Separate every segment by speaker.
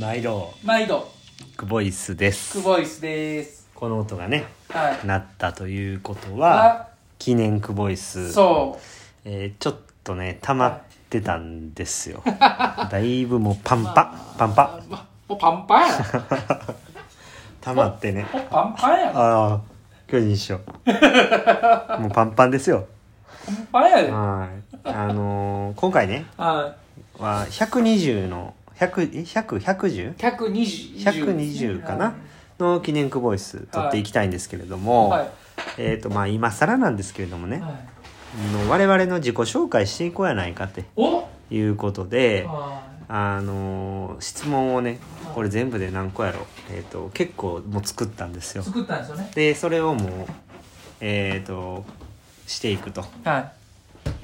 Speaker 1: 毎度
Speaker 2: 毎度
Speaker 1: クボイスです
Speaker 2: クボイスです
Speaker 1: この音がね
Speaker 2: はい
Speaker 1: なったということは
Speaker 2: あ
Speaker 1: 記念クボイス
Speaker 2: そ
Speaker 1: えーちょっとね溜まってたんですよだいぶもうパンパパンパ
Speaker 2: うまもうパンパンやな
Speaker 1: 溜まってね
Speaker 2: もうパンパンやな
Speaker 1: ああ巨人師匠 もうパンパンですよ
Speaker 2: パンパンやでは
Speaker 1: はいあのー今回ね
Speaker 2: い
Speaker 1: は120の10010010
Speaker 2: 120
Speaker 1: 120かなの記念クボイス撮っていきたいんですけれども、
Speaker 2: はい
Speaker 1: えっ、とまあ今更なんですけれどもね、
Speaker 2: はい
Speaker 1: の我々の自己紹介していこうやないかって
Speaker 2: お
Speaker 1: いうことで、
Speaker 2: は
Speaker 1: あのー質問をね
Speaker 2: はい
Speaker 1: これ全部で何個やろう、えー、と結構もう作ったんです
Speaker 2: い
Speaker 1: よ
Speaker 2: 作ったんですよね
Speaker 1: でそれをもうえっ、としていくと
Speaker 2: は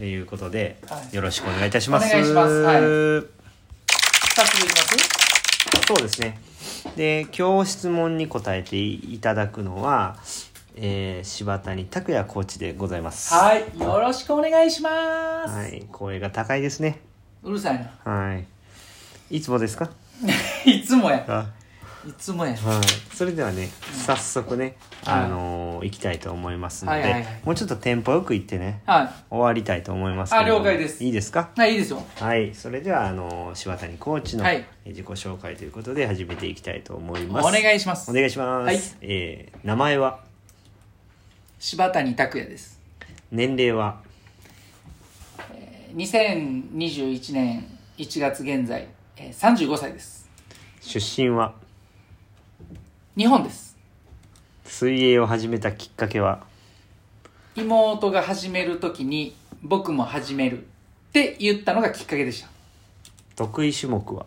Speaker 2: い
Speaker 1: いうことで、
Speaker 2: はい
Speaker 1: よろしくお願いいたします
Speaker 2: お願いしますはい早速いき
Speaker 1: そうですねで今日質問に答えていただくのは、えー柴谷拓也コーチでございま
Speaker 2: ますすはいよろしくお願いします、
Speaker 1: はい、声が高いですね
Speaker 2: うるさいな
Speaker 1: はいいつもですか
Speaker 2: いつもや
Speaker 1: はい
Speaker 2: つもや
Speaker 1: い、それではね早速ね、
Speaker 2: はい
Speaker 1: あのー行きたいと思いますので、
Speaker 2: はいはいはい
Speaker 1: もうちょっとテンポよく行ってね
Speaker 2: は
Speaker 1: 終わりたいと思いますけれども
Speaker 2: あ了解です
Speaker 1: いいですか
Speaker 2: いはいいいですよ
Speaker 1: はいそれではあのー柴谷コーチの
Speaker 2: はい
Speaker 1: え自己紹介ということで始めていきたいと思い
Speaker 2: お
Speaker 1: ます、
Speaker 2: 願いします
Speaker 1: お願いします、えー名前は
Speaker 2: 柴谷拓也です
Speaker 1: 年齢は
Speaker 2: 2021年1月現在えー35歳です
Speaker 1: 出身は
Speaker 2: 日本です
Speaker 1: 水泳を始めたきっかけは
Speaker 2: 妹が始めるときに僕も始めるって言ったのがきっかけでした
Speaker 1: 得意種目は、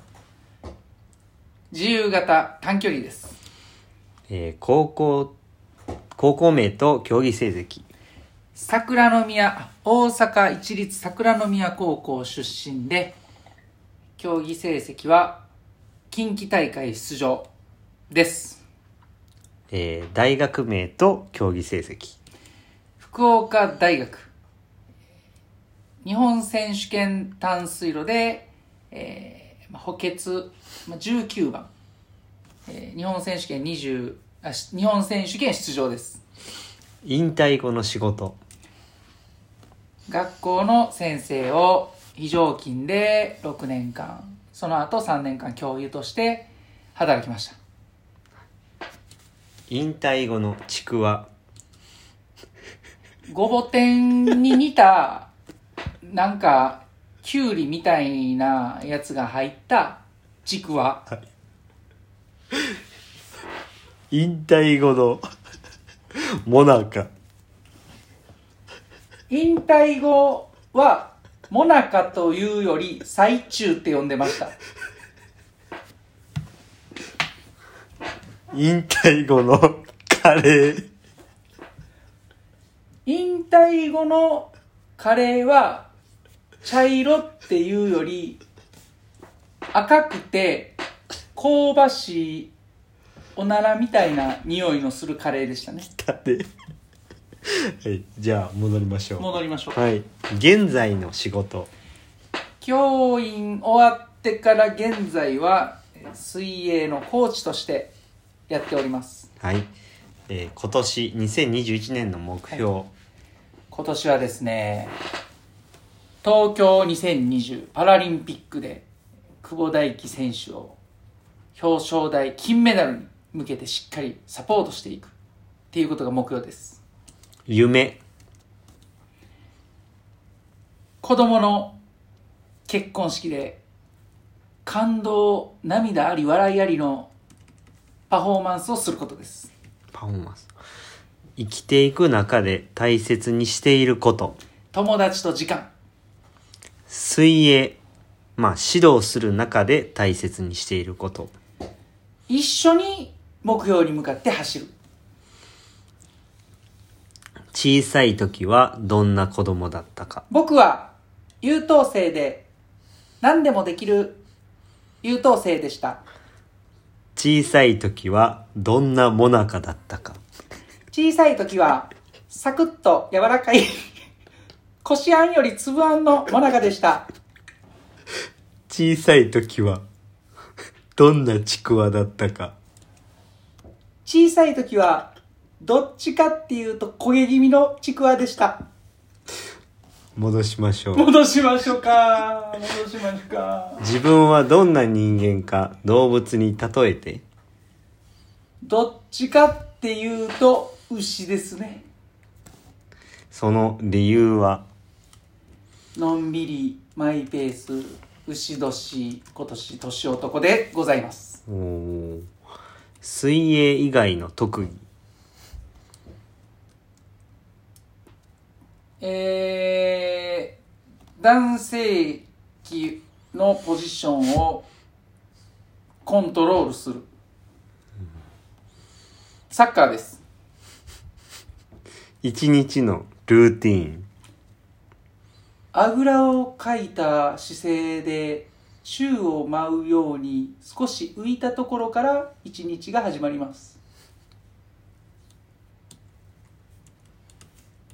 Speaker 2: 自由形短距離です
Speaker 1: えー高校高校名と競技成績
Speaker 2: 桜宮大阪市立桜宮高校出身で競技成績は近畿大会出場です
Speaker 1: えー大学名と競技成績
Speaker 2: 福岡大学日本選手権短水路で、えーまあ補欠、まあ、19番、えー日本選手権20あし日本選手権出場です
Speaker 1: 引退後の仕事
Speaker 2: 学校の先生を非常勤で6年間その後3年間教諭として働きました
Speaker 1: 引退後のちくわ
Speaker 2: ごぼ天に似たなんかきゅうりみたいなやつが入ったちくわ
Speaker 1: 引退後のモナカ
Speaker 2: 引退後はモナカというより最中って呼んでま した
Speaker 1: 引退後のカレー
Speaker 2: 引退後のカレーは茶色っていうより赤くて香ばしいおならみたいな匂いのするカレーでしたね
Speaker 1: だってはいじゃあ戻りましょう
Speaker 2: 戻りましょう
Speaker 1: はい現在の仕事
Speaker 2: 教員終わってから現在はえー水泳のコーチとしてやっております
Speaker 1: はい、えー今年2021年の目標、
Speaker 2: 今年はですね東京2020パラリンピックで久保大輝選手を表彰台金メダルに向けてしっかりサポートしていくっていうことが目標です
Speaker 1: 夢
Speaker 2: 子供の結婚式で感動涙あり笑いありのパフォーマンスをすることです
Speaker 1: パフォーマンス生きていく中で大切にしていること
Speaker 2: 友達と時間
Speaker 1: 水泳まあ指導する中で大切にしていること
Speaker 2: 一緒に目標に向かって走る
Speaker 1: 小さい時はどんな子供だったか
Speaker 2: 僕は優等生で何でもできる優等生でした
Speaker 1: 小さい時はどんなモナカだったか
Speaker 2: 小さい時はサクッと柔らかい言こしあんよりつぶあんのもなかでした。
Speaker 1: 小さい時は、 どんなちくわだったか。
Speaker 2: 小さい時は、どっちかっていうと焦げ気味のちくわでした。
Speaker 1: 戻しましょう。
Speaker 2: 戻しましょうか。戻しましょうか。
Speaker 1: 自分はどんな人間か動物に例えて。
Speaker 2: どっちかっていうと、牛ですね。
Speaker 1: その理由は、
Speaker 2: のんびり、マイペース、牛年、今年、年男でございます。
Speaker 1: おー水泳以外の特技。
Speaker 2: えー、男性器のポジションをコントロールする。サッカーです。
Speaker 1: 一日のルーティーン。
Speaker 2: あぐらをかいた姿勢で宙を舞うように少し浮いたところから一日が始まります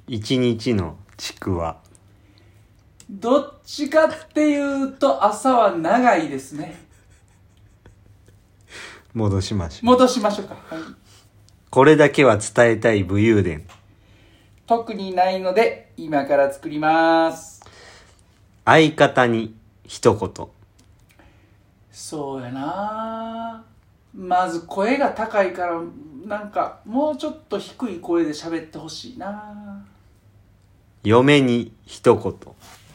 Speaker 1: 一日のちくわ。
Speaker 2: どっちかっていうと朝は長いですね
Speaker 1: 戻しましょう。
Speaker 2: 戻しましょうか、はい、
Speaker 1: これだけは伝えたい武勇伝。
Speaker 2: 特にないので今から作ります
Speaker 1: 相方に一言。
Speaker 2: そうやなまず声が高いからなんかもうちょっと低い声で喋ってほしいな
Speaker 1: 嫁に一言。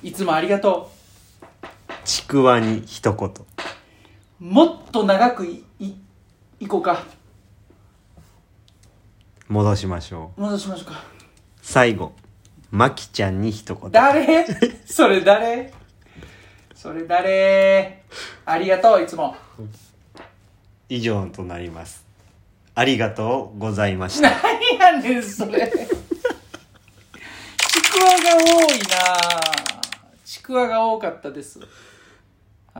Speaker 2: いつもありがとう
Speaker 1: ちくわに一言。
Speaker 2: もっと長くいいいこうか
Speaker 1: 戻しましょう。
Speaker 2: 戻しましょうか
Speaker 1: 最後、まきちゃんに一言。
Speaker 2: 誰 それ誰それ誰ありがとういつも
Speaker 1: 以上となります。ありがとうございました。
Speaker 2: 何やねんそれちくわが多いなちくわが多かったです